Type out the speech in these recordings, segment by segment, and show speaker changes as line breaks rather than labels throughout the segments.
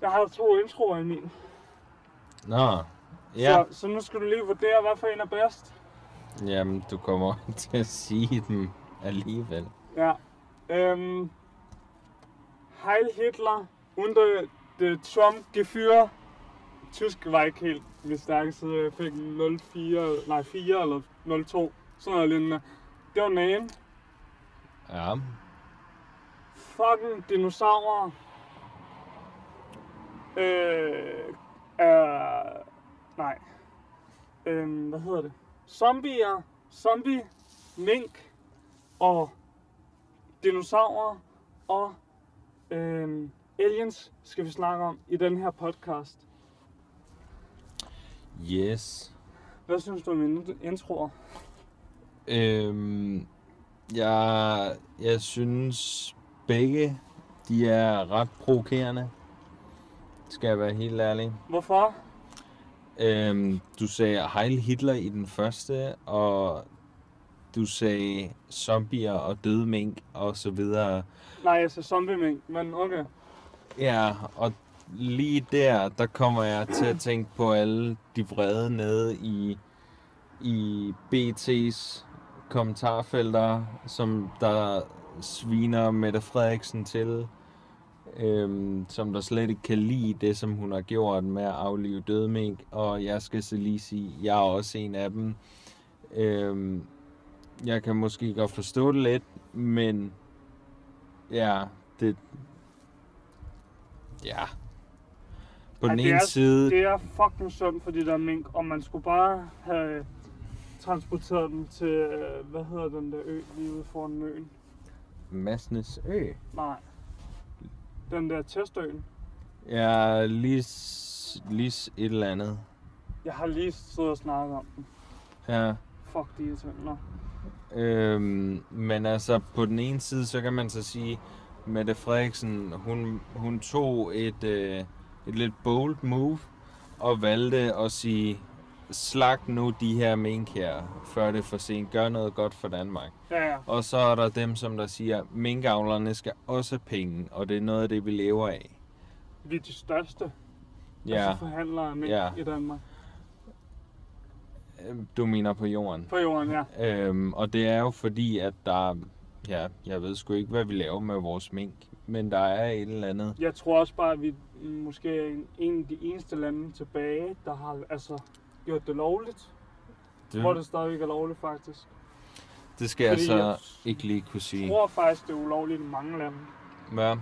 Jeg har to introer, Emil.
Nå. Ja,
Ja. Så, så nu skal du lige vurdere, hvad for en er bedst.
jamen du kommer til at sige dem alligevel.
Ja. Øhm, Heil Hitler under det Trump-gefyr. Tysk var ikke helt min stærkeste. Jeg fik 04, nej 4 eller 02. Sådan noget lignende. Det var den ene.
Ja.
fucking dinosaurer øh, er... Nej. Øh, hvad hedder det? Zombier, zombie, mink og dinosaurer og øh, aliens skal vi snakke om i den her podcast.
Yes.
Hvad synes du om mine introer?
Øhm, jeg, jeg synes begge, de er ret provokerende. Skal jeg være helt ærlig.
Hvorfor?
Øhm, du sagde Heil Hitler i den første, og du sagde zombier og døde mink og så videre.
Nej, jeg sagde zombie mink, men okay.
Ja, og lige der, der kommer jeg til at tænke på alle de vrede nede i, i BT's kommentarfelter, som der sviner Mette Frederiksen til, øhm, som der slet ikke kan lide det, som hun har gjort med at aflive døde mink, og jeg skal så lige sige, jeg er også en af dem. Øhm, jeg kan måske godt forstå det lidt, men ja, det, Ja. På
Ej,
den
det
ene
er-
side,
Det er fucking synd for de der mink, og man skulle bare have transporteret dem til, øh, hvad hedder den der ø lige ude foran øen?
Masnes Ø.
Nej. Den der testøen.
Ja, Lis, Lis et eller andet.
Jeg har lige siddet og snakket om den.
Ja.
Fuck de her
Øhm, men altså, på den ene side, så kan man så sige, Mette Frederiksen, hun, hun tog et, øh, et lidt bold move, og valgte at sige, slag nu de her mink her, før det er for sent. Gør noget godt for Danmark.
Ja, ja.
Og så er der dem, som der siger, minkavlerne skal også have penge, og det er noget af det, vi lever af.
Vi er de største
Ja.
altså forhandlere af mink
Ja.
i Danmark.
Øh, Du mener på jorden.
På jorden, ja.
Øhm, og det er jo fordi, at der... Ja, jeg ved sgu ikke, hvad vi laver med vores mink. Men der er et eller andet.
Jeg tror også bare, at vi måske er en- en af de eneste lande tilbage, der har altså gjort det lovligt. Det... Hvor det
Det,
stadigvæk er lovligt, faktisk.
det skal jeg
fordi
så
jeg
ikke lige kunne
Jeg
sige.
tror faktisk, det er ulovligt i mange lande.
Hvad?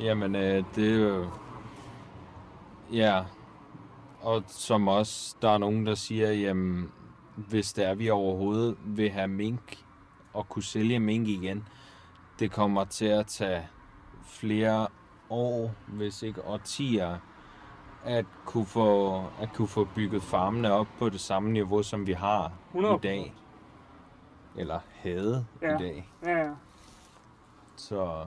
Jamen, øh, det er jo... Ja. Og som også, der er nogen, der siger, jamen, hvis der er, vi overhovedet vil have mink og kunne sælge mink igen, det kommer til at tage flere år, hvis ikke årtier, at kunne få, at kunne få bygget farmene op på det samme niveau, som vi har
100%.
i dag. Eller havde
Ja.
i dag.
Ja, ja.
Så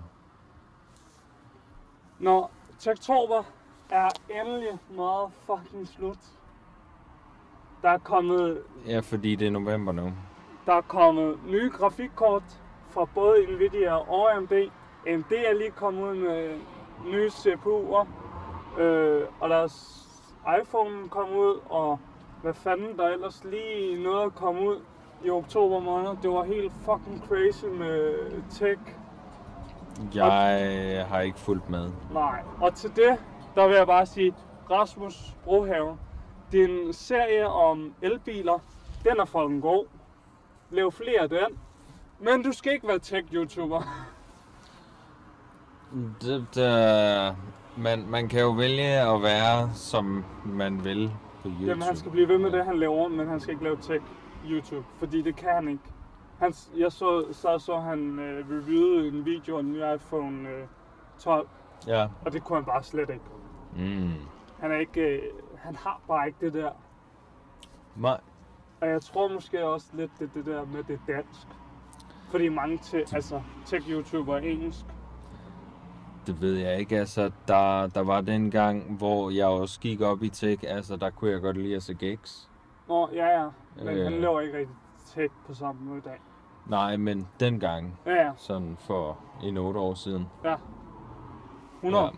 Nå, oktober er endelig meget fucking slut. Der er kommet,
Ja, fordi det er november nu.
der er kommet nye grafikkort fra både Nvidia og AMD. AMD er lige kommet ud med nye CPU'er. Øh, og deres iPhone kom ud, og hvad fanden der ellers lige nåede at komme ud i oktober måned. Det var helt fucking crazy med tech
Jeg har ikke fulgt med.
Nej. Og til det, der vil jeg bare sige, Rasmus Brohave, din serie om elbiler, den er fucking god. Lav flere af den. Men du skal ikke være tech-youtuber.
Det, det, man, man kan jo vælge at være, som man vil på YouTube.
Jamen, han skal blive ved med det, han laver, men han skal ikke lave tech-youtube, fordi det kan han ikke. Han, jeg så, så, så han øh, reviewede en video af den nye iPhone øh, 12,
Ja.
og det kunne han bare slet ikke.
Mm.
Han, er ikke, øh, han har bare ikke det der.
Nej.
Og jeg tror måske også lidt det, det der med det er dansk. Fordi mange til, altså, tech-youtuber er engelsk.
Det ved jeg ikke. Altså, der, der var den gang, hvor jeg også gik op i tech. Altså, der kunne jeg godt lide at se gigs.
Nå, ja, ja. Men
Øh.
han laver ikke rigtig tech på samme måde i dag.
Nej, men dengang,
Ja, ja.
sådan for en otte år siden.
100. Ja.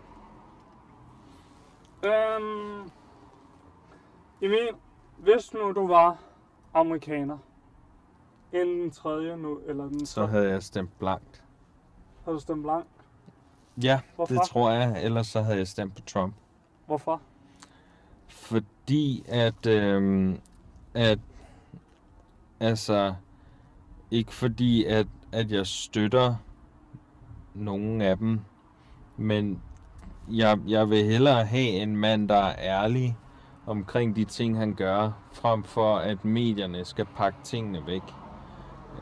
Ja.
Øhm, Emil, hvis nu du var amerikaner, enten den tredje nu, eller den
Så havde jeg stemt blankt.
har du stemt blank.
Ja,
Hvorfor?
det tror jeg. Ellers så havde jeg stemt på Trump.
Hvorfor?
Fordi at, øhm, at altså, ikke fordi at, at jeg støtter nogen af dem, men jeg, jeg vil hellere have en mand, der er ærlig omkring de ting, han gør, frem for at medierne skal pakke tingene væk.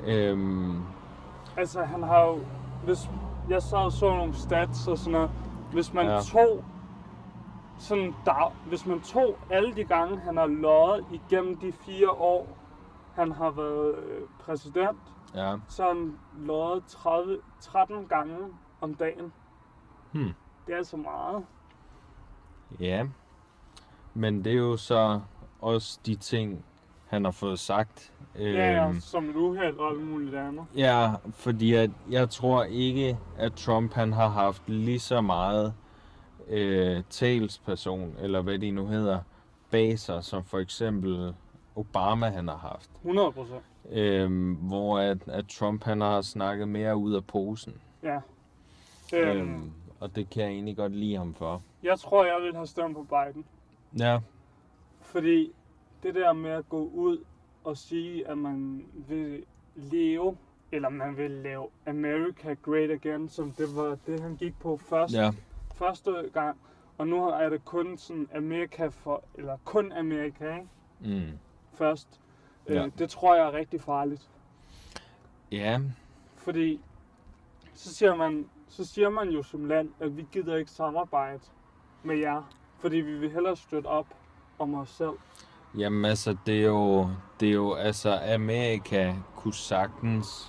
Øhm,
Altså, han har jo... Hvis jeg sad og så nogle stats og sådan noget. Hvis man
Ja.
ja. tog... Sådan der, hvis man tog alle de gange, han har løjet igennem de fire år, han har været øh, præsident,
ja.
så har han løjet 30, 13 gange om dagen.
Hmm.
Det er altså meget.
Ja, men det er jo så også de ting, han har fået sagt. Øhm,
Ja, ja, som et uheld og alt muligt andet.
ja, fordi at jeg tror ikke, at Trump han har haft lige så meget øh, talsperson, eller hvad de nu hedder, bag sig, som for eksempel Obama han har haft.
100 procent.
Øhm, hvor at, at Trump han har snakket mere ud af posen.
Ja. Øhm, øhm.
Øhm, og det kan jeg egentlig godt lide ham for.
Jeg tror, jeg ville have stemt på Biden.
Ja,
Fordi det der med at gå ud og sige, at man vil leve, eller man vil lave America Great Again, som det var det, han gik på først,
ja,
første gang. Og nu er det kun sådan Amerika for, eller kun Amerika ikke?
mm.
først.
Ja.
Ja. Øh, det tror jeg er rigtig farligt.
ja,
Fordi så siger, man, så siger man jo som land, at vi gider ikke samarbejde med jer, fordi vi vil hellere støtte op om os selv.
Jamen altså, det er jo, det er jo altså, Amerika kunne sagtens,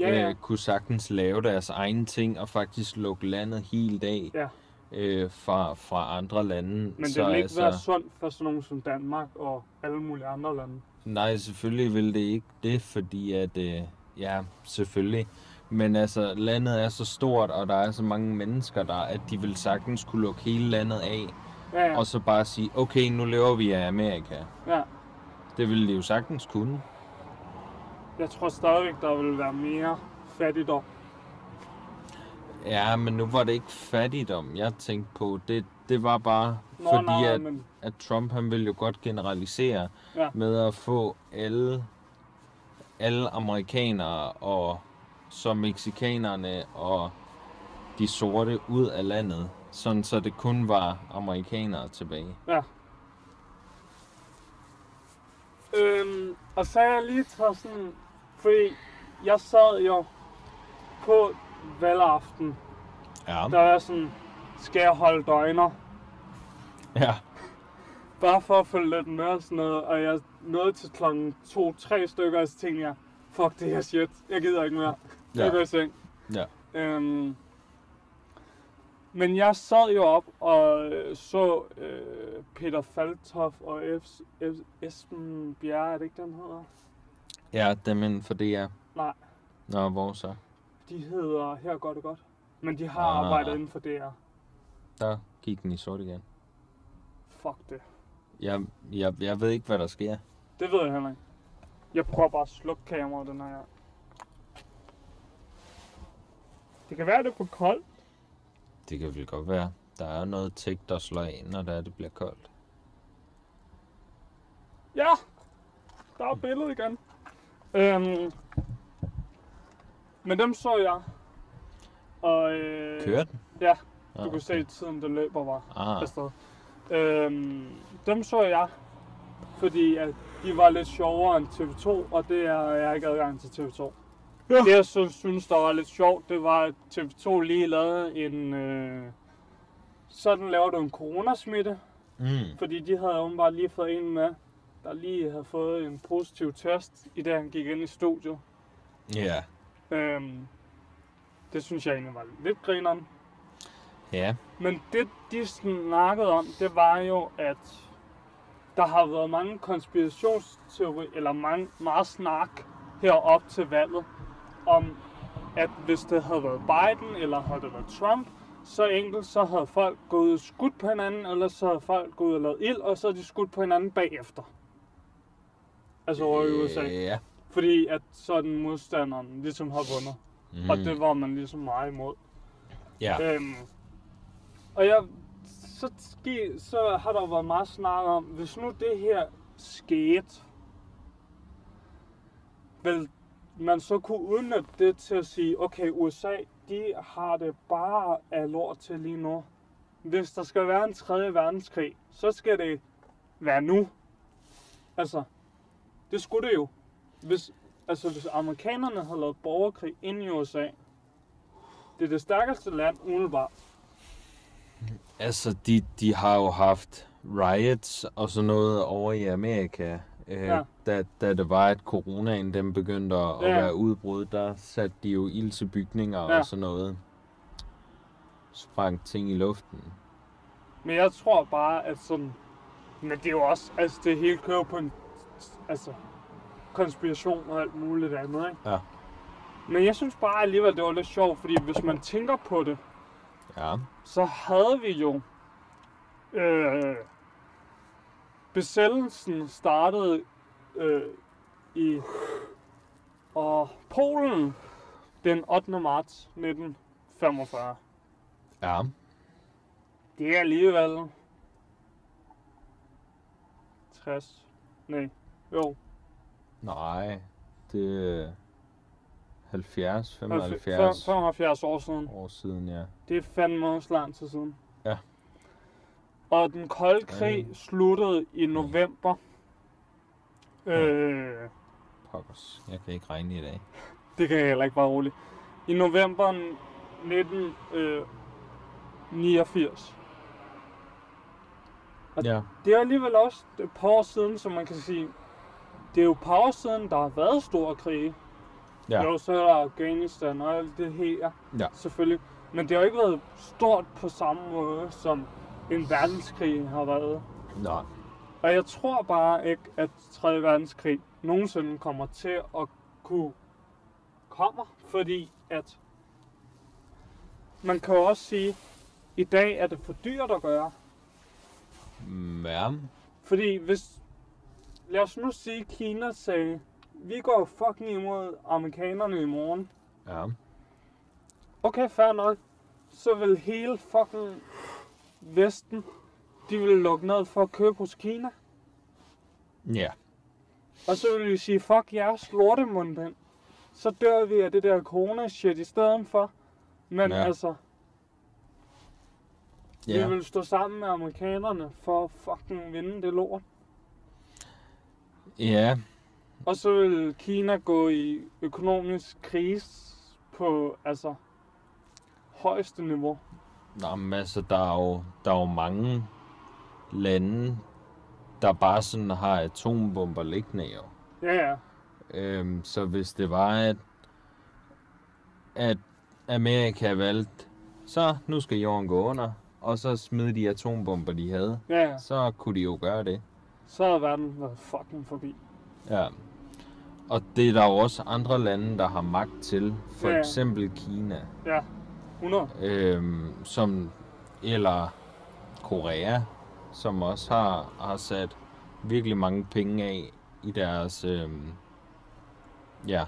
Ja, ja.
Øh, kunne sagtens lave deres egne ting og faktisk lukke landet helt af
Ja.
øh, fra, fra andre lande.
Men det vil ikke altså... være sundt for sådan nogen som Danmark og alle mulige andre lande.
Nej, selvfølgelig vil det ikke det, fordi at, øh, ja, selvfølgelig. Men altså, landet er så stort, og der er så mange mennesker der, at de vil sagtens kunne lukke hele landet af,
Ja, ja.
og så bare sige, okay, nu lever vi af Amerika.
ja.
Det ville de jo sagtens kunne.
Jeg tror stadigvæk, der vil være mere fattigdom.
Ja, men nu var det ikke fattigdom, jeg tænkte på. Det, det var bare,
Nå,
fordi
nej,
at,
men
at Trump han ville jo godt generalisere
Ja.
med at få alle, alle amerikanere og så mexikanerne og de sorte ud af landet, sådan så det kun var amerikanere tilbage.
ja. Øhm, og så har jeg lige taget sådan, fordi jeg sad jo på valgaften,
Ja,
der var sådan, skal jeg holde døgner?
ja,
bare for at følge lidt med og sådan noget, og jeg nåede til klokken 2-3 stykker, og så tænkte jeg, fuck det her shit, jeg gider ikke mere. Jeg
Ja.
går i seng.
Ja.
Øhm, men jeg sad jo op og øh, så øh, Peter Faltoff og F- F- Esben Bjerre, er det ikke, den hedder?
ja dem inden for det er.
Nej,
Nå, hvor så?
de hedder Her går det godt. Men de har
Ah.
arbejdet inden for DR.
Der gik den i sort igen.
Fuck det.
Jeg, jeg, jeg ved ikke, hvad der sker.
Det ved jeg heller ikke. Jeg prøver bare at slukke kameraet den her gang. Det kan være, det er på kold.
Det kan vel godt være. Der er noget tæk, der slår ind, når det, er, det bliver koldt.
Ja! Der er billedet igen. Øhm, men dem så jeg. Og, øh,
Kører den?
Ja,
Nå,
du kunne se tiden, den løber var
Ah,
afsted. Øhm, dem så jeg, fordi at de var lidt sjovere end TV2, og det er jeg har ikke adgang til TV2.
Ja.
Ja. Det jeg så synes, der var lidt sjovt, det var, at TV2 lige lavede en... Øh, sådan laver du en coronasmitte,
mm,
fordi de havde åbenbart lige fået en med, der lige havde fået en positiv test, i dag han gik ind i studiet.
ja.
Øhm, det synes jeg egentlig var lidt grineren.
Ja,
Men det, de snakkede om, det var jo, at der har været mange konspirationsteorier, eller mange, meget snak herop til valget, om at hvis det havde været Biden, eller havde det været Trump, så enkelt, så havde folk gået og skudt på hinanden, eller så havde folk gået og lavet ild, og så havde de skudt på hinanden bagefter. Altså over
Øh.
i USA.
Ja.
Fordi at sådan modstanderen ligesom har vundet. Mm. Og det var man ligesom meget imod.
Mhm. ja.
Øhm, og jeg, så, ske, så har der været meget snak om, hvis nu det her skete, vel, man så kunne udnytte det til at sige, okay, USA, de har det bare af lort til lige nu. Hvis der skal være en tredje verdenskrig, så skal det være nu. Altså, det skulle det jo. Hvis, altså, hvis amerikanerne havde lavet borgerkrig ind i USA, det er det stærkeste land umiddelbart.
Altså, de, de har jo haft riots og sådan noget over i Amerika. Øh,
Ja.
ja. da, da det var, at coronaen den begyndte at,
Ja.
at være udbrud, der satte de jo ild til bygninger
Ja.
og sådan noget. Sprang ting i luften.
Men jeg tror bare, at sådan... Men det er jo også... Altså, det hele kører på en... Altså, konspiration og alt muligt andet, ikke?
Ja.
Men jeg synes bare alligevel, det var lidt sjovt, fordi hvis man tænker på det,
Ja.
så havde vi jo... Øh, besættelsen startede øh, i og Polen den 8. marts 1945.
Ja.
Det er alligevel... 60. Nej. Jo.
Nej. Det er 70,
75.
75
75 år siden.
år siden, ja.
Det er fandme også lang tid siden.
Ja.
Og den kolde krig
Ja.
sluttede i november. Øh,
Pokkers. Jeg kan ikke regne i dag.
det kan jeg heller ikke være roligt. I november øh, 1989. Og-
Ja.
det er alligevel også et par år siden, som man kan sige, det er jo et par år siden, der har været store krige.
Ja.
Jo, så er der Afghanistan og alt det her,
Ja.
selvfølgelig. Men det har jo ikke været stort på samme måde, som en verdenskrig har været.
Nej.
Og jeg tror bare ikke, at 3. verdenskrig nogensinde kommer til at kunne kommer, fordi at man kan jo også sige, i dag er det for dyrt at gøre.
Mm, Ja.
Fordi hvis, lad os nu sige, Kina sagde, vi går fucking imod amerikanerne i morgen.
Ja.
Okay, fair nok. Så vil hele fucking Vesten, de vil lukke ned for at købe hos Kina.
Ja.
Og så vil vi sige, fuck jeres lortemundbind. Så dør vi af det der corona shit i stedet for. Men ja.
Ja.
altså, ja. vi
Ja.
vil stå sammen med amerikanerne for at fucking vinde det lort.
Ja.
Og så vil Kina gå i økonomisk krise på altså højeste niveau.
Nå, men altså, der er, jo, der er jo mange lande, der bare sådan har atombomber liggende jo.
Ja, ja.
Øhm, så hvis det var, at, at Amerika valgte, så nu skal jorden gå under, og så smide de atombomber, de havde,
ja, ja.
så kunne de jo gøre det.
Så havde verden været fucking forbi.
Ja. Og det er der jo også andre lande, der har magt til. For
Ja.
eksempel Kina,
Ja, 100.
øhm, som, eller Korea, som også har, har sat virkelig mange penge af i deres, øhm, ja,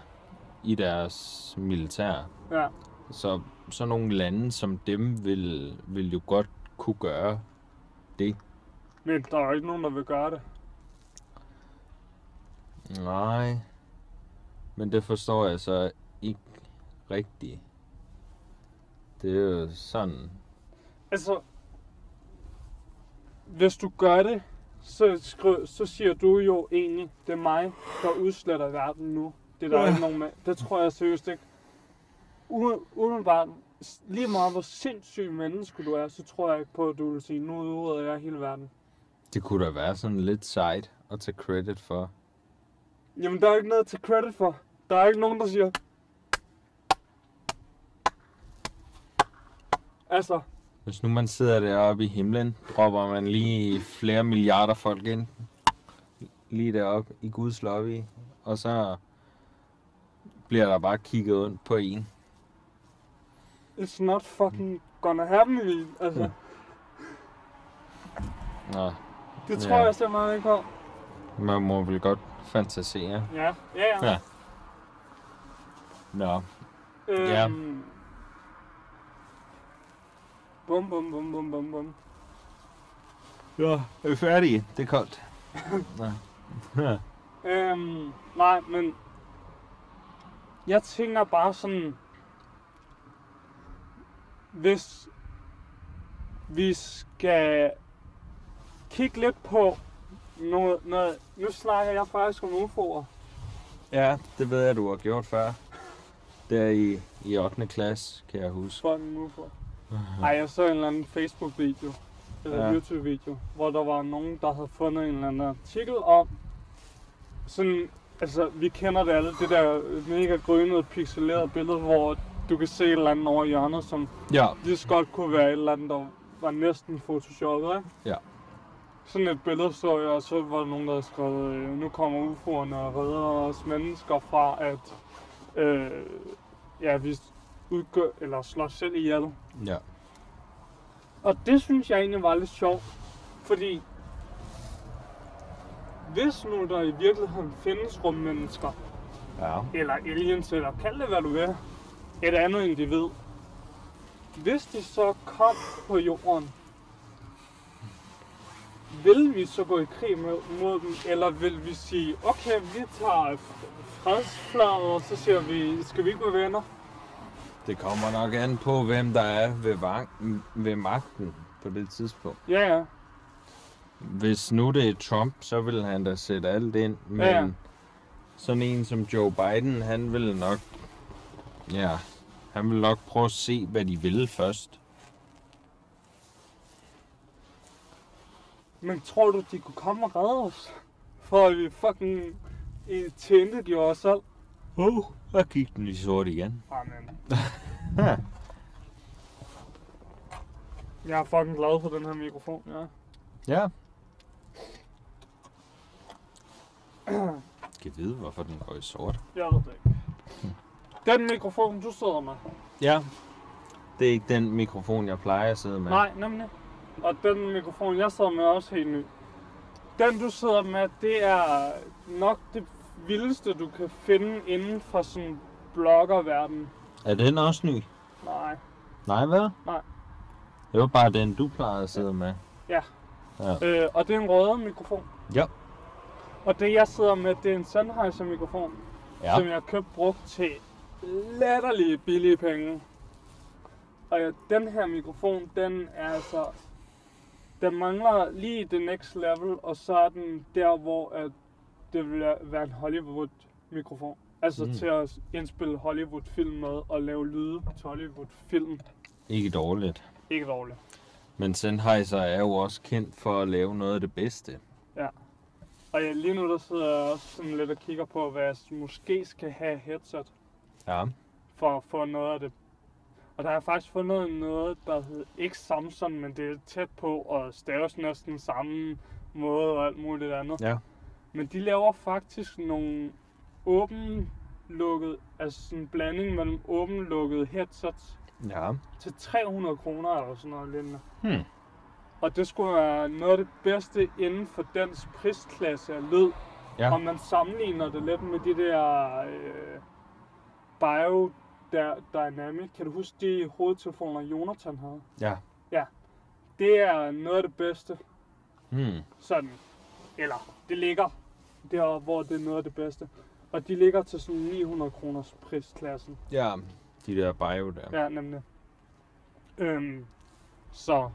i deres militær.
Ja,
Så sådan nogle lande som dem vil, vil jo godt kunne gøre det.
men der er jo ikke nogen, der vil gøre det.
Nej. Men det forstår jeg så ikke rigtigt. Det er jo sådan.
Altså, hvis du gør det, så, skri- så siger du jo egentlig, det er mig, der udsletter verden nu. Det er der
Ja.
ikke nogen med. Det tror jeg seriøst ikke. U- udenbart, lige meget hvor sindssyg menneske du er, så tror jeg ikke på, at du vil sige, nu udrydder jeg hele verden.
Det kunne da være sådan lidt sejt at tage credit for.
Jamen, der er ikke noget til credit for. Der er ikke nogen, der siger... Altså,
Hvis nu man sidder deroppe i himlen, dropper man lige flere milliarder folk ind. Lige deroppe i Guds lobby. Og så bliver der bare kigget ondt på en.
it's not fucking gonna happen i. Altså,
Mm. Nå,
det
Ja.
tror jeg slet meget ikke på.
man må vel godt fantasere.
Ja, ja, ja.
Ja. Nå, Ja.
Øhm, Bum, bum, bum, bum, bum, bum.
ja, er vi færdige? Det er koldt. Nå. Ja.
Øhm, nej, men jeg tænker bare sådan, hvis vi skal kigge lidt på noget, noget nu snakker jeg faktisk om UFO'er.
ja, det ved jeg, du har gjort før. Der i, i 8. klasse, kan jeg huske.
Fucking UFO'er. Ej, jeg så en eller anden Facebook-video, eller
Ja.
ja. YouTube-video, hvor der var nogen, der havde fundet en eller anden artikel om, sådan, altså, vi kender det alle, det der mega grønede, pixelerede billede, hvor du kan se et eller andet over i hjørnet, som
Ja,
lige så godt kunne være et eller andet, der var næsten photoshoppet, ikke?
Ja.
Sådan et billede så jeg, og så var der nogen, der havde skrevet, øh, nu kommer UFO'erne og redder os mennesker fra, at øh, ja, vi udgør, eller slår os selv ihjel.
ja.
Og det synes jeg egentlig var lidt sjovt, fordi hvis nu der i virkeligheden findes rummennesker,
Ja.
eller aliens, eller kald det hvad du vil, et andet individ, hvis de så kom på jorden, vil vi så gå i krig med, mod dem, eller vil vi sige, okay, vi tager fredsflaget, og så siger vi, skal vi ikke være venner?
Det kommer nok an på, hvem der er ved, vang- ved magten på det tidspunkt.
Ja, ja.
Hvis nu det er Trump, så vil han da sætte alt ind. Men
Ja.
sådan en som Joe Biden, han vil nok... Ja, han vil nok prøve at se, hvad de vil først.
Men tror du, de kunne komme og redde os? For at vi fucking øh, tændte de os selv?
Oh, der gik den i sort igen.
Amen.
Ja.
Jeg er fucking glad for den her mikrofon, ja.
ja. Kan vide, hvorfor den går i sort.
Jeg ved det ikke. Den mikrofon, du sidder med.
Ja. Det er ikke den mikrofon, jeg plejer at sidde med.
Nej, nemlig. Og den mikrofon, jeg sidder med, er også helt ny. Den, du sidder med, det er nok det vildeste, du kan finde inden for sådan bloggerverden.
Er den også ny?
Nej.
Nej, hvad?
Nej.
Det var bare den, du plejede at sidde med.
Øh, og det er en rød mikrofon.
Ja.
Og det, jeg sidder med, det er en Sennheiser-mikrofon. ja. som jeg købte brugt til latterlige billige penge. Og ja, den her mikrofon, den er altså... Den mangler lige det next level, og så er den der, hvor at det vil være en Hollywood-mikrofon. Altså
Mm.
mm. til at indspille Hollywood-film med og lave lyde til Hollywood-film.
Ikke dårligt.
Ikke dårligt.
Men Sennheiser er jo også kendt for at lave noget af det bedste.
Og ja, lige nu der sidder jeg også sådan lidt og kigger på, hvad jeg måske skal have af headset.
Ja.
for at få noget af det. Og der har jeg faktisk fundet noget, der hed ikke Samson, men det er tæt på og staves næsten samme måde og alt muligt andet.
Ja.
Men de laver faktisk nogle åben lukket, altså sådan en blanding mellem åben lukket headsets
Ja.
til 300 kroner eller sådan noget lignende.
Hmm.
Og det skulle være noget af det bedste inden for dens prisklasse af lyd.
Ja.
Og man sammenligner det lidt med de der øh, Bio Dynamic. Kan du huske de hovedtelefoner, Jonathan havde?
Ja.
Det er noget af det bedste.
Hmm.
Sådan. Eller, det ligger der, hvor det er noget af det bedste. Og de ligger til sådan 900 kroners prisklassen.
Ja. De der bio der.
Ja, nemlig. Øhm, så.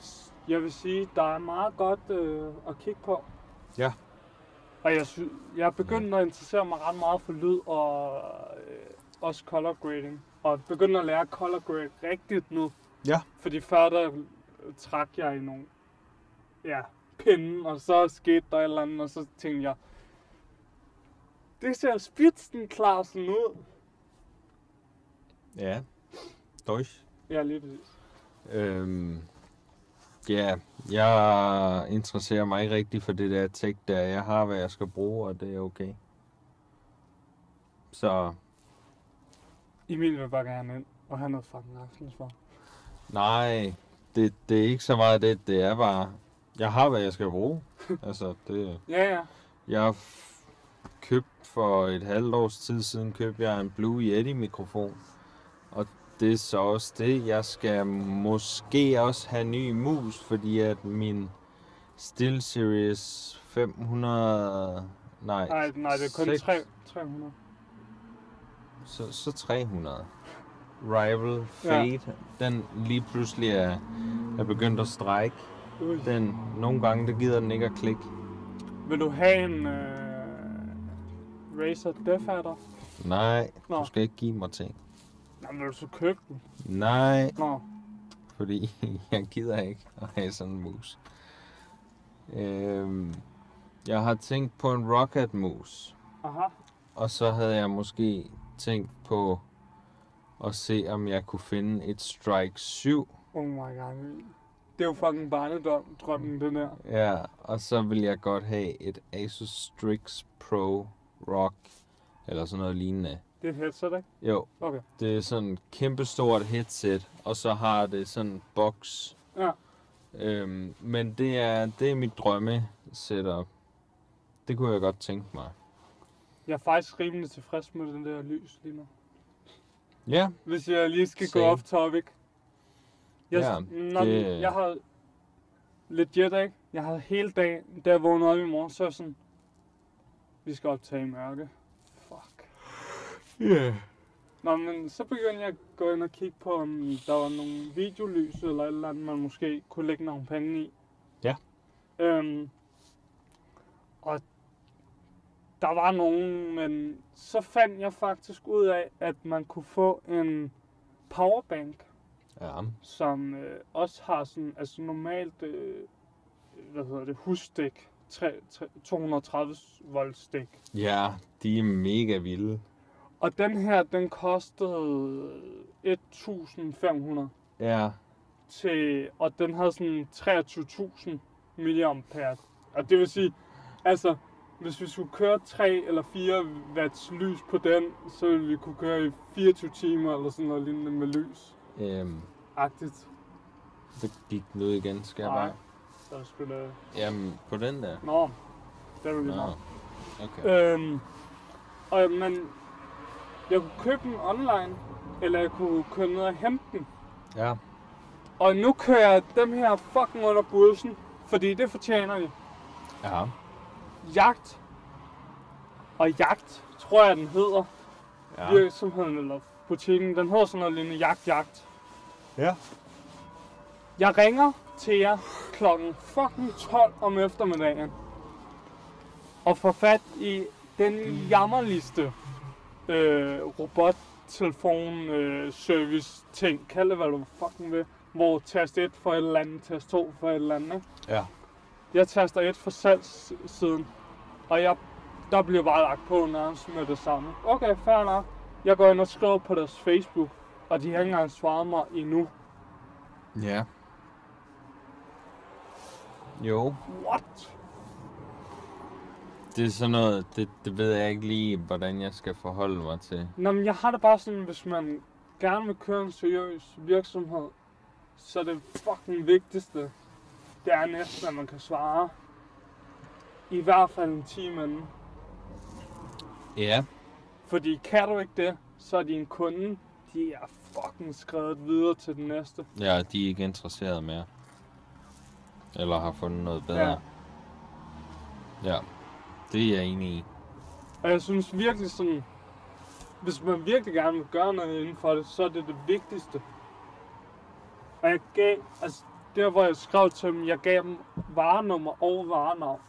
S- Jeg vil sige, der er meget godt øh, at kigge på.
Ja.
Og jeg, sy- jeg er begyndt at interessere mig ret meget for lyd og øh, også color grading. Og begyndt at lære color grade rigtigt nu.
Ja.
Fordi før der øh, trak jeg i nogle ja, pinde, og så skete der et eller andet, og så tænkte jeg, det ser spidsen Clausen ud.
Ja. Deutsch.
Ja, lige præcis.
Øhm. Ja, jeg interesserer mig ikke rigtig for det der tech der. Jeg har, hvad jeg skal bruge, og det er okay. Så
Emil vil bare gerne ind, og han havde fucking aftensmad.
Nej, det, det er ikke så meget det. Det er bare, jeg har, hvad jeg skal bruge. altså, det,
Ja, ja.
jeg har f- købt for et halvt års tid siden, købte jeg en Blue Yeti-mikrofon. Og det er så også det. Jeg skal måske også have ny mus, fordi at min SteelSeries 500... Nej,
Nej, nej, det er kun
seks-
3, 300.
så, så 300. Rival Fate, ja. den lige pludselig er, er begyndt at strække.
Ui.
Den, nogle gange, der gider den ikke at klikke.
Vil du have en øh, Razer Death Adder?
Nej, Nå.
Nå.
du skal ikke give mig ting.
Jamen, vil du så købe den?
Nej,
Nå,
fordi jeg gider ikke at have sådan en mus. Øhm, jeg har tænkt på en rocket mus,
aha.
og så havde jeg måske tænkt på at se, om jeg kunne finde et Strike 7
Oh my god. Det er jo fucking barnedom,
Mm.
drømmen, det der.
Ja, og så vil jeg godt have et Asus Strix Pro Rock, eller sådan noget lignende.
Det er et headset, ikke?
Jo,
Okay.
det er sådan et kæmpestort headset, og så har det sådan en boks.
Ja.
Øhm, men det er, det er mit drømme setup. Det kunne jeg godt tænke mig.
Jeg er faktisk rimelig tilfreds med den der lys lige nu.
Ja,
Hvis jeg lige skal Same. gå
Same.
off topic. Jeg,
Ja,
når,
det-
jeg har legit ikke. Jeg har hele dagen, da jeg vågnede op i morgen, så er jeg sådan, vi skal optage i mørke. Fuck.
yeah.
Nå, men så begyndte jeg at gå ind og kigge på, om der var nogle videolys eller et eller andet, man måske kunne lægge nogle penge i.
Ja.
Øhm, og der var nogen, men så fandt jeg faktisk ud af, at man kunne få en powerbank,
ja.
som øh, også har sådan, altså normalt, øh, hvad hedder det, husstik, tre- tre- 230 volt stik.
ja, de er mega vilde.
Og den her, den kostede 1500
Ja,
til, og den havde sådan 23.000 milliampere. Og det vil sige, altså, hvis vi skulle køre 3 eller 4 watts lys på den, så ville vi kunne køre i 24 timer eller sådan noget lignende med lys.
øhm,
Agtigt.
det gik den ud igen, skal jeg
Nej.
bare.
Der er sgu da...
Jamen, på den der.
Nå, det er jo lige
Nå,
meget.
okay.
Øhm, og men, jeg kunne købe den online, eller jeg kunne køre ned og hente den.
Ja,
Og nu kører jeg dem her fucking under bussen, fordi det fortjener de.
ja.
Jagt. Og jagt, tror jeg den hedder. Ja.
Ja.
Virksomheden eller butikken, den hedder sådan noget lignende jagt, jagt.
ja.
Jeg ringer til jer klokken fucking 12 om eftermiddagen. Og får fat i den jammerligste øh, robottelefon øh, service ting. Kald det hvad du fucking vil. Hvor tast 1 for et eller andet, tast 2 for et eller andet. ikke?
Ja.
Jeg taster et for salgssiden, og jeg, der bliver bare lagt på nærmest med det samme. Okay, fair nok. Jeg går ind og skriver på deres Facebook, og de har ikke engang svaret mig endnu.
Ja. Jo,
What?
det er sådan noget, det, det ved jeg ikke lige, hvordan jeg skal forholde mig til.
Nå, men jeg har det bare sådan, hvis man gerne vil køre en seriøs virksomhed, så er det fucking vigtigste, det er næsten, at man kan svare. I hvert fald en time inden.
Ja,
Fordi kan du ikke det, så er din kunde, de er fucking skrevet videre til den næste.
ja de er ikke interesseret mere. Eller har fundet noget bedre. Ja. ja. Det er jeg enig i.
Og jeg synes virkelig sådan, hvis man virkelig gerne vil gøre noget inden for det, så er det det vigtigste. Og jeg gav, altså der hvor jeg skrev til dem, jeg gav dem varenummer og varenavn,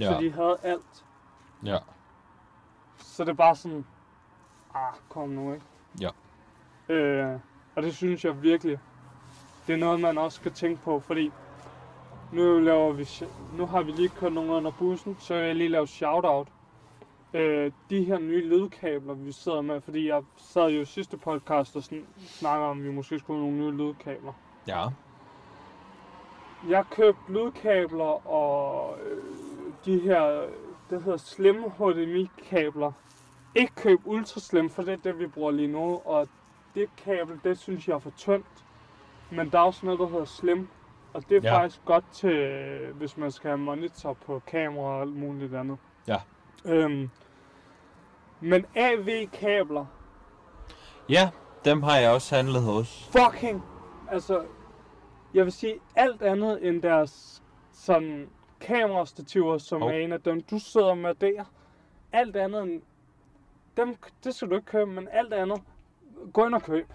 ja. så
Ja,
de havde alt.
ja.
Så det er bare sådan, ah, kom nu, ikke?
Ja.
Øh, og det synes jeg virkelig, det er noget, man også skal tænke på, fordi nu, laver vi, nu har vi lige kørt nogen under bussen, så vil jeg lige lave shout-out. Øh, de her nye lydkabler, vi sidder med, fordi jeg sad jo i sidste podcast og sådan, snakker om, at vi måske skulle have nogle nye lydkabler.
Ja,
Jeg købte lydkabler og øh, de her, det hedder slim HDMI kabler ikke købe Ultra Slim, for det er det, vi bruger lige nu. Og det kabel, det synes jeg er for tyndt. Men der er også noget, der hedder Slim. Og det er
Ja.
ja. faktisk godt til, hvis man skal have monitor på kamera og alt muligt andet.
Ja.
Øhm, men AV-kabler,
Ja, dem har jeg også handlet hos.
fucking, altså, jeg vil sige alt andet end deres sådan kamerastativer, som
Hov.
er en af dem, du sidder med der. Alt andet end, dem, det skal du ikke købe, men alt andet, gå ind og køb.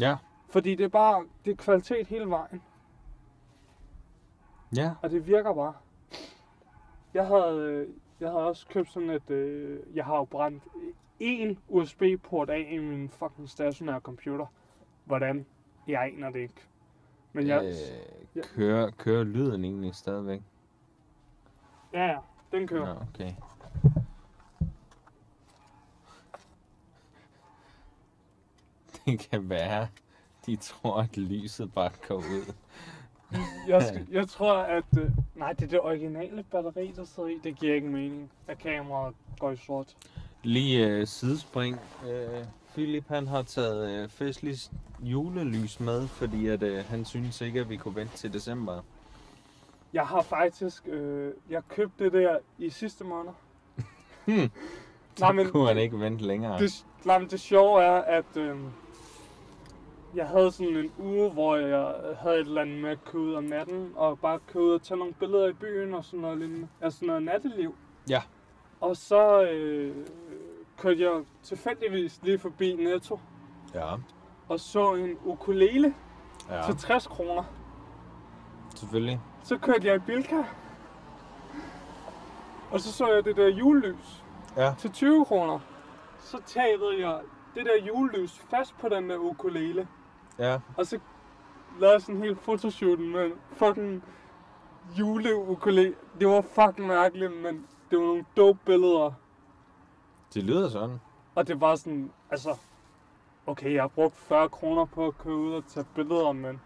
Ja.
Fordi det er bare, det er kvalitet hele vejen,
Ja.
og det virker bare. Jeg havde, øh, jeg havde også købt sådan et, øh, jeg har jo brændt en USB-port af i min fucking stationære computer. Hvordan? Jeg aner det ikke. Men jeg,
Øh, kører, kører lyden egentlig stadigvæk?
Ja, ja. Den
Nå,
kører. Ja.
okay. Det kan være, de tror, at lyset bare går ud.
Jeg, skal, jeg tror, at... Øh, nej, det er det originale batteri, der sidder i. Det giver ikke mening, at kameraet går i sort.
Lige øh, sidespring. Øh, Philip han har taget øh, Fesleys julelys med, fordi at, øh, han synes ikke, at vi kunne vente til december.
Jeg har faktisk... Øh, jeg købte det der i sidste måned. nej, men,
Hmm. kunne han ikke vente længere.
det, nej, men det sjove er, at... Øh, jeg havde sådan en uge, hvor jeg havde et eller andet med at køre ud om natten, og bare køre ud og tage nogle billeder i byen og sådan noget lignende. Altså sådan noget natteliv.
Ja.
Og så øh, kørte jeg tilfældigvis lige forbi Netto.
Ja,
og så en ukulele ja.
ja.
til 60 kroner.
selvfølgelig.
Så kørte jeg i Bilka. Og så så jeg det der julelys
Ja.
til 20 kroner. Så tabede jeg det der julelys fast på den der ukulele.
Ja.
Og så lavede jeg sådan en hel fotoshoot med en fucking juleukulele. Det var fucking mærkeligt, men det var nogle dope billeder.
Det lyder sådan.
Og det var sådan, altså... Okay, jeg har brugt 40 kroner på at købe ud og tage billeder, men...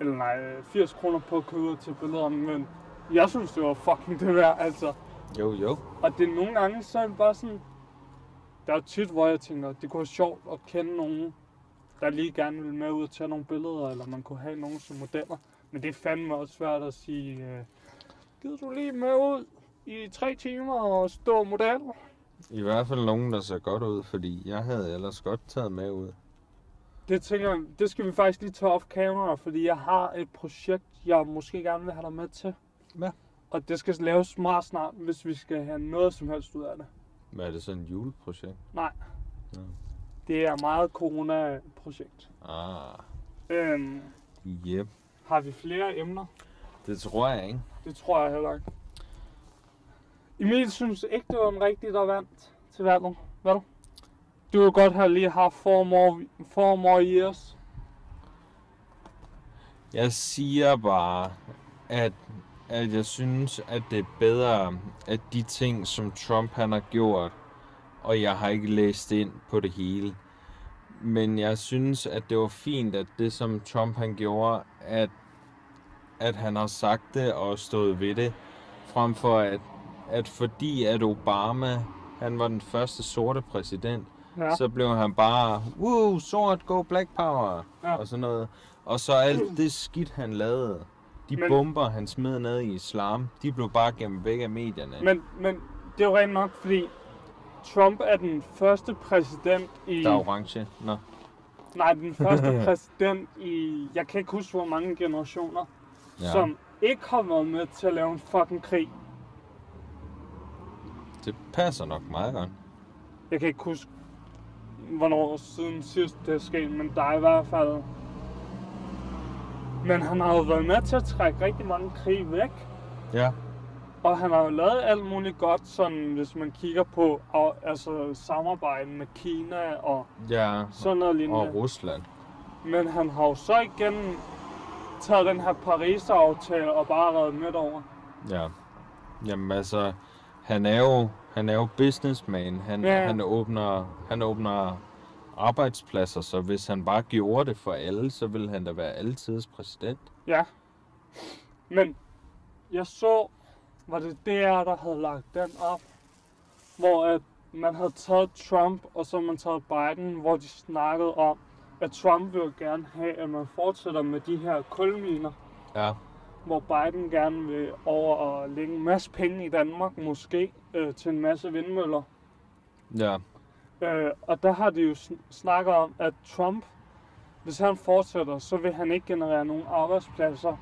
Eller nej, 80 kroner på at købe ud og tage billeder, men... Jeg synes, det var fucking det værd, altså.
Jo, jo.
Og det er nogle gange, så er det bare sådan... Der er jo tit, hvor jeg tænker, det kunne være sjovt at kende nogen, der lige gerne vil med ud og tage nogle billeder, eller man kunne have nogen som modeller. Men det er fandme også svært at sige, øh, gider du lige med ud i tre timer og stå model?
I hvert fald nogen, der ser godt ud, fordi jeg havde ellers godt taget med ud.
Det tænker jeg, det skal vi faktisk lige tage off camera, fordi jeg har et projekt, jeg måske gerne vil have dig med til.
Ja.
Og det skal laves smart snart, hvis vi skal have noget som helst ud af det.
Hvad er det sådan et juleprojekt?
Nej.
Nå.
Det er meget corona-projekt.
Ah,
Øhm,
yep.
har vi flere emner?
Det tror jeg ikke.
Det tror jeg heller ikke. Emil synes ikke, det var den rigtige, der vandt til valget. Hvad du? Du vil godt have lige haft four more, four more years.
Jeg siger bare, at, at jeg synes, at det er bedre, at de ting, som Trump han har gjort, og jeg har ikke læst ind på det hele, men jeg synes, at det var fint, at det, som Trump han gjorde, at, at han har sagt det og stået ved det, frem for at, at fordi at Obama, han var den første sorte præsident,
Ja.
så blev han bare, woo, sort, go black power,
Ja.
ja. og sådan noget. Og så alt det skidt, han lavede, de
Men-
Men... bomber, han smed ned i islam, de blev bare gemt væk af medierne. Men...
Men, men det er jo rent nok, fordi Trump er den første præsident i...
Der er orange. Nå.
Nej, den første præsident i... Jeg kan ikke huske, hvor mange generationer, ja.
Ja,
som ikke har været med til at lave en fucking krig.
det passer nok meget godt.
Jeg kan ikke huske, hvornår siden sidst det er sket, men der er i hvert fald... Men han har jo været med til at trække rigtig mange krige væk.
Ja,
Og han har jo lavet alt muligt godt, sådan, hvis man kigger på og, altså, samarbejden med Kina og
ja.
sådan noget lignende.
Og Rusland.
Men han har jo så igen taget den her Paris-aftale og bare reddet midt over.
Ja. Jamen altså, han er jo, han er jo businessman. Han,
Ja.
ja. han, åbner, han åbner arbejdspladser, så hvis han bare gjorde det for alle, så ville han da være altidens præsident.
Ja. Men jeg så, var det DR, der havde lagt den op, hvor at man havde taget Trump, og så man taget Biden, hvor de snakkede om, at Trump vil gerne have, at man fortsætter med de her kulminer,
Ja,
hvor Biden gerne vil over og lægge en masse penge i Danmark, måske, øh, til en masse vindmøller.
ja,
Øh, og der har de jo sn- snakket om, at Trump, hvis han fortsætter, så vil han ikke generere nogen arbejdspladser.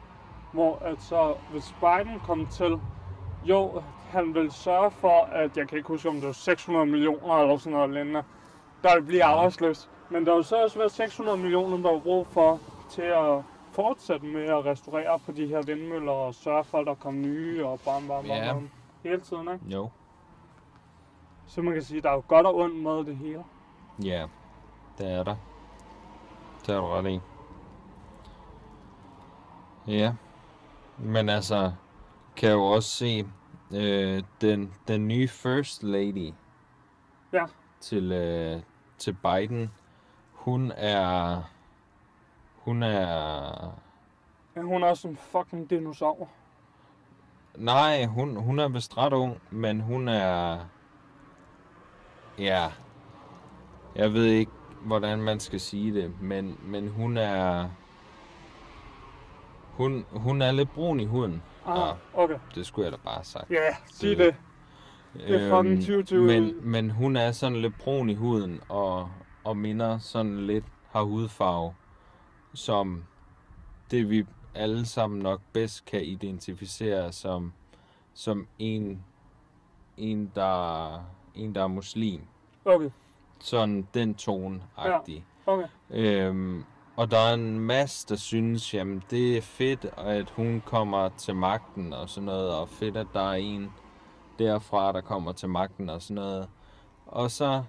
Hvor at så, hvis Biden kom til, jo, han vil sørge for, at jeg kan ikke huske, om det var 600 millioner eller sådan noget lignende, der vil blive arbejdsløs. Men der vil så også være 600 millioner, der er brug for til at fortsætte med at restaurere på de her vindmøller og sørge for, at der kommer nye og bam, bam, bam,
Ja.
bam. Hele tiden, ikke?
jo,
Så man kan sige, at der er jo godt og ondt med i det hele.
ja, det er der. Det er du ret i. Ja, men altså, kan jeg jo også se øh, den, den nye First Lady
Ja.
til, øh, til Biden. Hun er, hun er
Men hun er også en fucking dinosaur.
Nej, hun, hun er vist ret ung, men hun er... Ja. Jeg ved ikke, hvordan man skal sige det, men, men hun er... Hun, hun er lidt brun i huden.
Ah,
Ja.
okay.
Det skulle jeg da bare have sagt.
Ja, yeah, sig
Det-
det. det er fucking 2020.
Øhm, Men, men hun er sådan lidt brun i huden, og, og minder sådan lidt, har hudfarve, som det vi alle sammen nok bedst kan identificere som, som en, en, der, en, der er muslim.
Okay,
Sådan den tone agtig
okay.
Øhm, og der er en masse, der synes, jamen det er fedt, og at hun kommer til magten og sådan noget, og fedt, at der er en derfra, der kommer til magten og sådan noget. Og så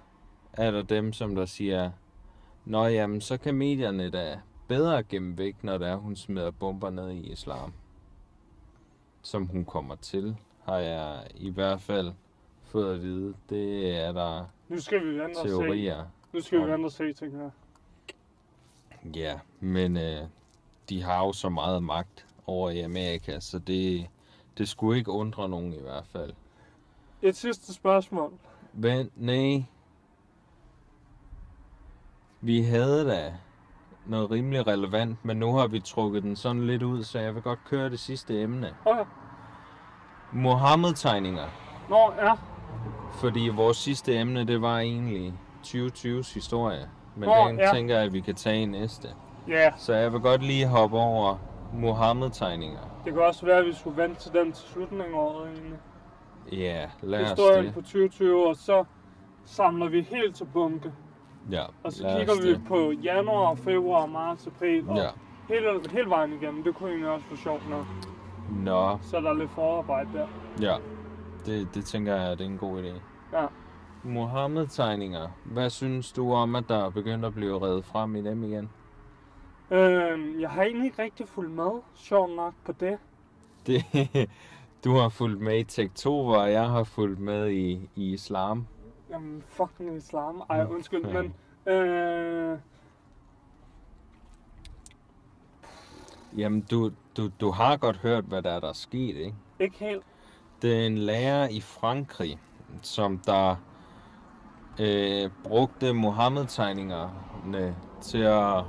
er der dem, som der siger, Nå jamen, så kan medierne da bedre gemme væk, når der er, hun smider bomber ned i islam. Som hun kommer til, har jeg i hvert fald fået at vide. Det er der
Nu skal vi vente og se.
teorier
Nu skal vi
om.
vente og se, tænker jeg.
Ja, men øh, de har jo så meget magt over i Amerika, så det, det skulle ikke undre nogen i hvert fald.
Et sidste spørgsmål.
Men nej, vi havde da noget rimelig relevant, men nu har vi trukket den sådan lidt ud, så jeg vil godt køre det sidste emne.
Okay.
Mohammed-tegninger,
Nå, ja.
fordi vores sidste emne, det var egentlig 2020's historie. Men
Nå,
den
ja.
tænker jeg, at vi kan tage i næste.
Ja, yeah,
Så jeg vil godt lige hoppe over Mohammed-tegninger.
det kan også være, at vi skulle vente til den til slutningen af året egentlig.
Ja, lad os
Historien
det.
på 2020, og så samler vi helt til bunke.
Ja,
Og så
lad os
kigger vi
det.
på januar, februar, marts, april og
Ja.
ja. hele, hele vejen igennem. Det kunne egentlig også være sjovt nok.
Nå,
Så er der lidt forarbejde der.
ja. Det, det tænker jeg, det er en god idé.
Ja.
Mohammed-tegninger. Hvad synes du om, at der er begyndt at blive reddet frem i dem igen?
Øhm, jeg har egentlig ikke rigtig fulgt med, sjovt nok, på det.
Det, du har fulgt med i Tektover, og jeg har fulgt med i, i islam.
Jamen, fucking islam. Ej, undskyld,
Mm. Ja.
men... Øh,
Jamen, du, du, du har godt hørt, hvad der er, der er sket, ikke?
ikke helt.
Det er en lærer i Frankrig, som der øh, brugte Mohammed-tegningerne til at,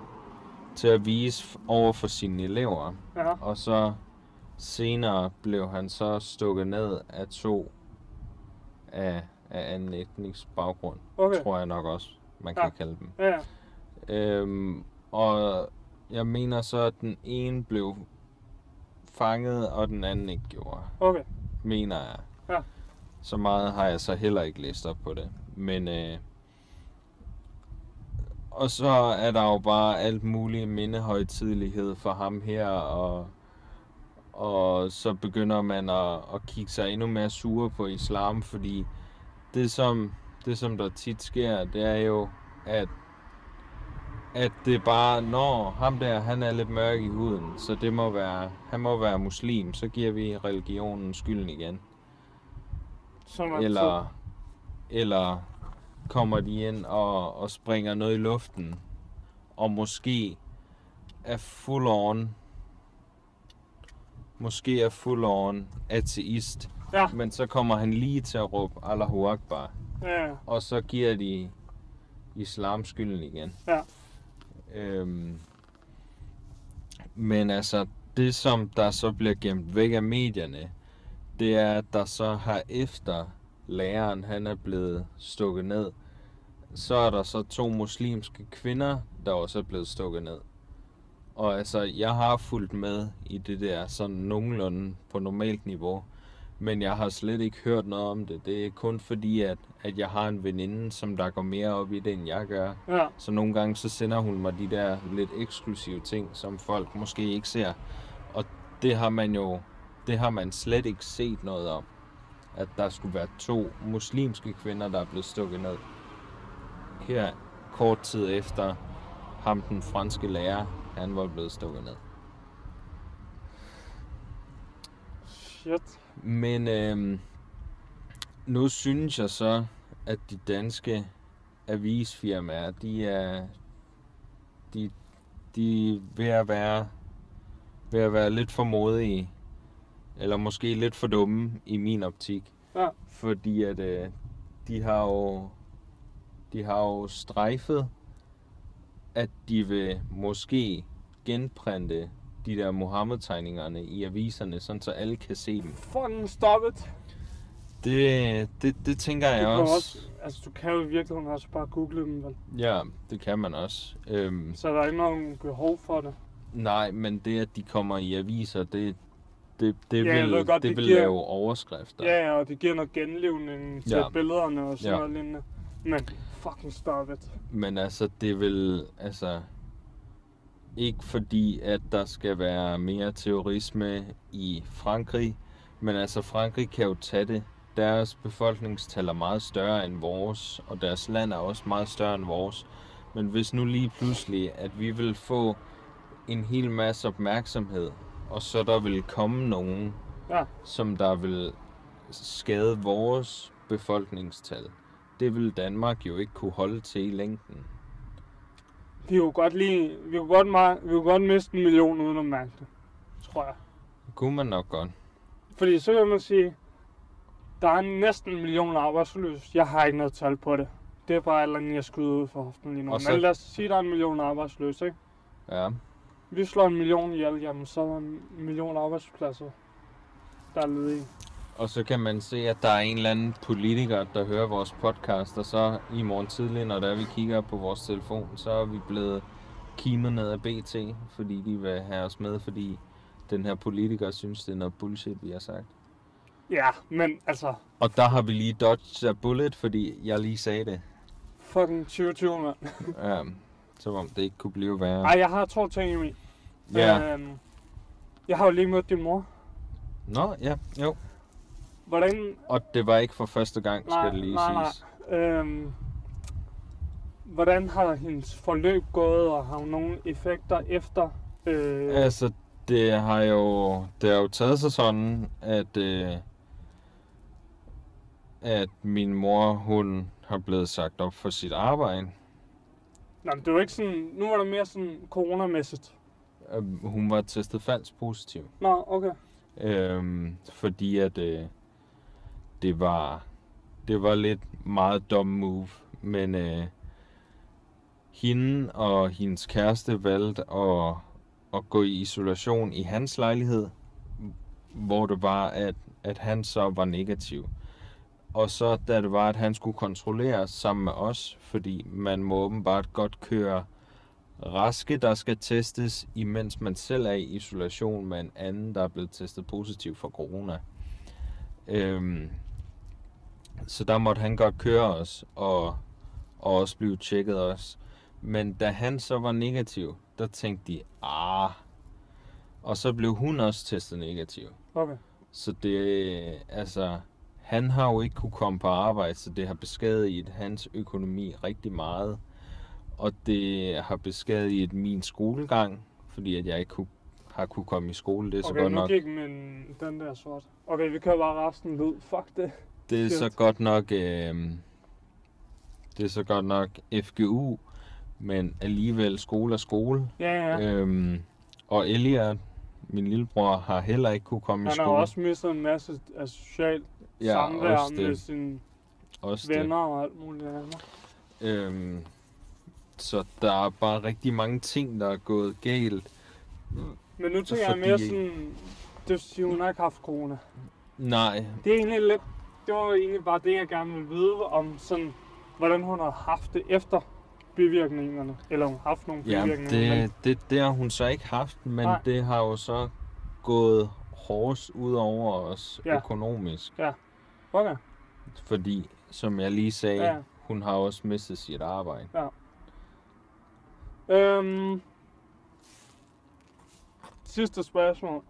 til at vise f- over for sine elever.
Ja,
Og så senere blev han så stukket ned af to af, af anden etnisk baggrund,
okay.
tror jeg nok også, man kan
Ja.
kalde dem.
Ja, ja.
Øhm, og jeg mener så, at den ene blev fanget, og den anden ikke gjorde
okay.
mener jeg.
Ja.
Så meget har jeg så heller ikke læst op på det. Men øh, og så er der jo bare alt muligt mindehøjtidelighed for ham her, og, og så begynder man at, at kigge sig endnu mere sure på islam, fordi det som, det som der tit sker, det er jo, at at det bare, når ham der, han er lidt mørk i huden, så det må være, han må være muslim, så giver vi religionen skylden igen.
Så man, så,
Eller, eller kommer de ind og, og springer noget i luften, og måske er full on, måske er full on ateist,
ja,
men så kommer han lige til at råbe Allahu Akbar.
Ja,
og så giver de islam skylden igen.
Ja.
Øhm, men altså, det som der så bliver gemt væk af medierne, det er, at der så har efter læreren, han er blevet stukket ned, så er der så to muslimske kvinder, der også er blevet stukket ned. Og altså, jeg har fulgt med i det der sådan nogenlunde på normalt niveau men jeg har slet ikke hørt noget om det. Det er kun fordi, at, at jeg har en veninde, som der går mere op i det, end jeg gør.
ja,
Så nogle gange så sender hun mig de der lidt eksklusive ting, som folk måske ikke ser. Og det har man jo det har man slet ikke set noget om. At der skulle være to muslimske kvinder, der er blevet stukket ned. Her kort tid efter ham, den franske lærer, han var blevet stukket ned.
shit.
Men øhm, nu synes jeg så, at de danske avisfirmaer, de er, de, de er ved at være, ved at være lidt for modige, eller måske lidt for dumme i min optik.
Ja.
Fordi at øh, de har jo, de har jo strejfet, at de vil måske genprinte de der Mohammed-tegningerne i aviserne, sådan så alle kan se dem.
Fucking stop it.
Det, det, det tænker jeg
Du kan
også.
også. Altså, du kan jo i virkeligheden også bare google dem, vel?
Ja, det kan man også. Øhm,
Så der er ikke nogen behov for det.
nej, men det, at de kommer i aviser, det, det, det
Ja, jeg
vil,
ved godt,
det
det
vil
giver-
lave overskrifter.
Ja, ja, og det giver noget genlevning til
Ja.
ja. billederne og sådan
Ja.
ja. noget lignende. Men fucking stop it.
Men altså, det vil... Altså, ikke fordi, at der skal være mere terrorisme i Frankrig, men altså, Frankrig kan jo tage det. Deres befolkningstal er meget større end vores, og deres land er også meget større end vores. Men hvis nu lige pludselig, at vi vil få en hel masse opmærksomhed, og så der vil komme nogen,
Ja.
som der vil skade vores befolkningstal, det vil Danmark jo ikke kunne holde til i længden.
Vi kunne godt lige, vi kunne godt, mar- vi kunne godt miste en million uden at mærke det, tror jeg.
Det kunne man nok godt.
Fordi så kan man sige, der er næsten en million arbejdsløse. Jeg har ikke noget tal på det. Det er bare et eller andet, jeg skyder ud for hoften lige nu.
Og så-
Men lad os sige, der er en million arbejdsløse, ikke?
Ja,
Vi slår en million ihjel, jamen så er der en million arbejdspladser, der er ledige.
og så kan man se, at der er en eller anden politiker, der hører vores podcast, og så i morgen tidlig, når der vi kigger på vores telefon, så er vi blevet kimet ned af BT, fordi de vil have os med, fordi den her politiker synes, det er noget bullshit, vi har sagt.
Ja, men altså,
Og der har vi lige dodged a bullet, fordi jeg lige sagde det.
fucking 2020, mand.
Ja, som om det ikke kunne blive værre.
Ej, jeg har to ting i min.
ja.
Øhm, jeg har jo lige mødt din mor.
Nå, ja, jo.
Hvordan,
Og det var ikke for første gang, skal
Nej,
det lige
nej, nej.
siges.
øhm, hvordan har hendes forløb gået, og har hun nogle effekter efter? Øh,
Altså, det har jo, det har jo taget sig sådan, at, øh, at min mor, hun har blevet sagt op for sit arbejde.
Nej, men det var ikke sådan, nu var det mere sådan coronamæssigt.
Øhm, Hun var testet falsk positiv.
Nå, okay.
Øhm, fordi at øh, det var det var lidt meget dum move, men øh, hende og hendes kæreste valgte at, at gå i isolation i hans lejlighed, hvor det var at at han så var negativ. Og så da det var at han skulle kontrolleres sammen med os, fordi man må åbenbart godt køre raske, der skal testes, imens man selv er i isolation med en anden, der er blevet testet positiv for corona. Øhm, så der måtte han godt køre os, og, og også blive tjekket os. Men da han så var negativ, der tænkte de, ah. Og så blev hun også testet negativ.
Okay.
Så det, altså, han har jo ikke kunne komme på arbejde, så det har beskadiget hans økonomi rigtig meget. Og det har beskadiget min skolegang, fordi at jeg ikke kunne, har kunne komme i skole. Det er så
okay,
godt
nu
nok,
gik min, den der sort. Okay, vi kører bare resten ud. Fuck det.
det er så
shit.
godt nok, øh, det er så godt nok FGU, men alligevel skole er skole.
Ja, ja. ja.
Øhm, og Elliot, min lillebror, har heller ikke kunne komme i
Han
skole.
har også mistet en masse af altså, socialt
Ja,
samvær
også det.
med sin
Også det.
venner og alt muligt andet.
Øhm, så der er bare rigtig mange ting, der er gået galt.
Men nu tænker jeg
Fordi-
mere sådan, det vil sige, hun har ikke haft corona.
Nej,
Det er egentlig lidt, det var egentlig bare det, jeg gerne ville vide om sådan, hvordan hun har haft det efter bivirkningerne. Eller hun har haft nogle
ja,
bivirkninger.
det, det, det har hun så ikke haft, men
Nej.
Nej. det har jo så gået hårdest ud over os
Ja.
ja. økonomisk.
Okay,
Fordi, som jeg lige sagde,
Ja.
ja. hun har også mistet sit arbejde.
øhm, sidste spørgsmål.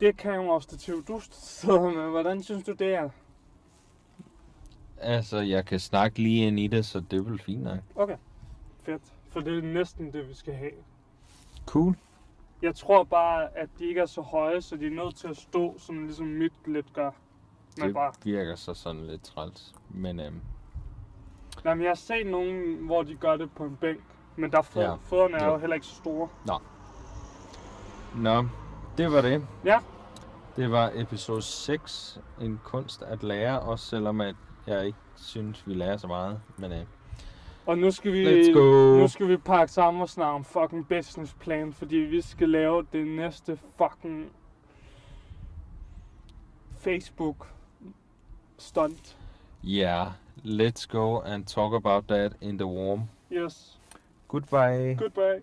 Det kamerastativ, du sidder med, hvordan synes du det er?
Altså, jeg kan snakke lige ind i det, så det er vel fint nok.
Okay, fedt. For det er næsten det, vi skal have.
Cool.
Jeg tror bare, at de ikke er så høje, så de er nødt til at stå, som ligesom mit lidt gør. Men
Det
bare...
virker så sådan lidt træls. Men øhm,
Nej, men jeg har set nogen, hvor de gør det på en bænk. Men der er fod, ja.
Ja.
fødderne er jo
Ja.
heller ikke så store.
Nå, det var det.
Ja.
Det var episode 6, en kunst at lære, også selvom at jeg ikke synes, vi lærer så meget. Men øh,
Og nu skal vi,
let's go!
Øh, nu skal vi pakke sammen og snakke om fucking business plan, fordi vi skal lave det næste fucking Facebook stunt.
Yeah, let's go and talk about that in the warm.
Yes.
Goodbye!
Goodbye.